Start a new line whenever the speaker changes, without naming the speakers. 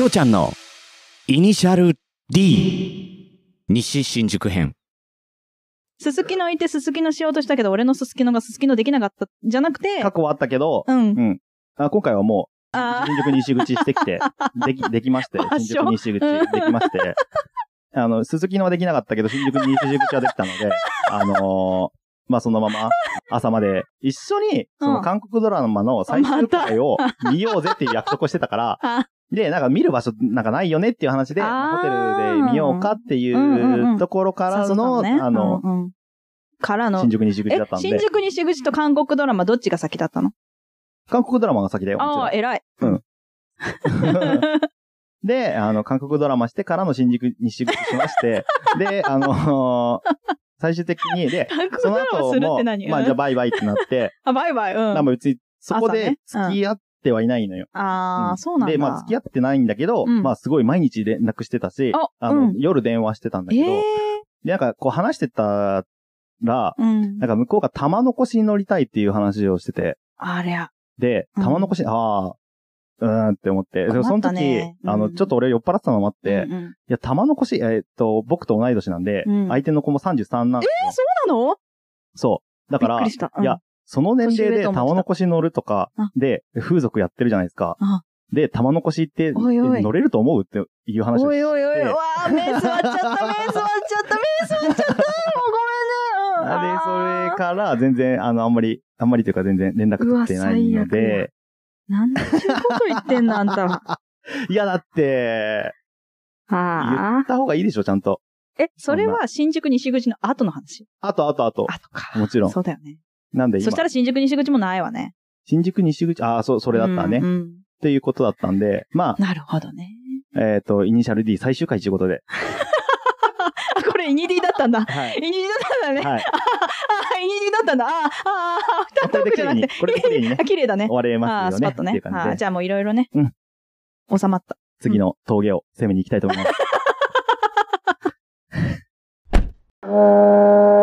ょうちゃんのイニシャル D 西新宿編
すすきのいてすすきのしようとしたけど、俺のすすきのがすすきのできなかった、じゃなくて、
過去はあったけど、
うん。
あ今回はもう、
あ
新宿西口し てきて、でき、できまして
場、所
新宿西口で きまして、あの、鈴木のはできなかったけど、新宿西口はできたの で、あのーまあ、そのまま、朝まで、一緒に、その韓国ドラマの最終回を見ようぜっていう約束をしてたから、
あ
で、なんか見る場所なんかないよねっていう話で、
あー
まあホテルで見ようかってい
んうんうん
うところか
あ、
らの、
ね、
あの、
うんうんからの
新、宿西口
え
だった、んで
新、宿西口と韓国ドラマどっちが先だったの
韓国ドラマが先だよ。
ああ、偉い。
もちろん で、あの、韓国ドラマしてからの新宿西口しまして、で、あのー最終的に、で、
韓国
そ
ド
の
ラマ
後
するっ
も
て何、
まあ、じゃあ
あ、
バイバイってなって、
あバイバイ、うん。
なんか別に、そこで
朝ねうん
付き合ってはいないのよ。
あ
う
あ、
ん
そうなんだ。
で、まあ、付き合ってないんだけど、
うん
まあ、すごい毎日連絡してたし、
あ
あの、
うん
夜電話してたんだけど、
ええ
で、なんかこう話してたら、
うん
なん。か向こうが玉残しに乗りたいっていう話をしてて、
ありゃ。
で、
うん
玉残し、ああ、うーんって思って、でそ
困
の
った
時、
ね
あの、
うん
ちょっと俺酔っ払ってたのもあって、
うん
い
うん
や、玉残し、えーっと、僕と同い年なんで、
うん
相手の子も33なんですよ。
そうなの
そう。だか
びっ
ら
くり、した。うん
いや、その年齢
年上
で
と思ってた
玉残し乗るとか
あ、
で、風俗やってるじゃないですか
あ。
で、玉残しって、
おいおい
乗れると思うっていう話を
お
し
いおいおい、
で
わあ、目座っちゃった、目座っちゃった、目座っちゃった、もうごめんね。うん、
で、そ
あ
れから、全然、あの、あんまり、 あんまりというか全然連絡取ってないの
うわ最悪
で、
ーなんでちゅうこと言ってんの、あん たは。
いや、だって、言
あ
った方がいいでしょ、ちゃんと。
あ。え、それは新宿西口の後の話。
あと、あと、あと。
後か。
もちろん。
そうだよね。
なんで
そ
今
し、たら新宿西口もないわね。
新宿西口、ああ、そう、それだったね。
う
っ
んうん
ていうことだったんで、ま
なるほどね。
あ、えっと、イニシャル D 最終回ということで。
あ、これイニディだったん だ。
は
イ
い。
ニディだったんだね。
はい。
あ、イニディだったんだ。あ、あ、あ、二
これ
トー
で
クじ
綺
ゃ
麗
なく
に、
て。
これで綺麗にね
あ、、綺麗だね
終。われ
あ
ま
あ、
す
スパ
よ
ッ
ね。
と
ってい
ね
う。
あ
感
あ
じで、
じゃあもういろいろね。
うん
収まった。
次の峠を攻めに行きたいと思います。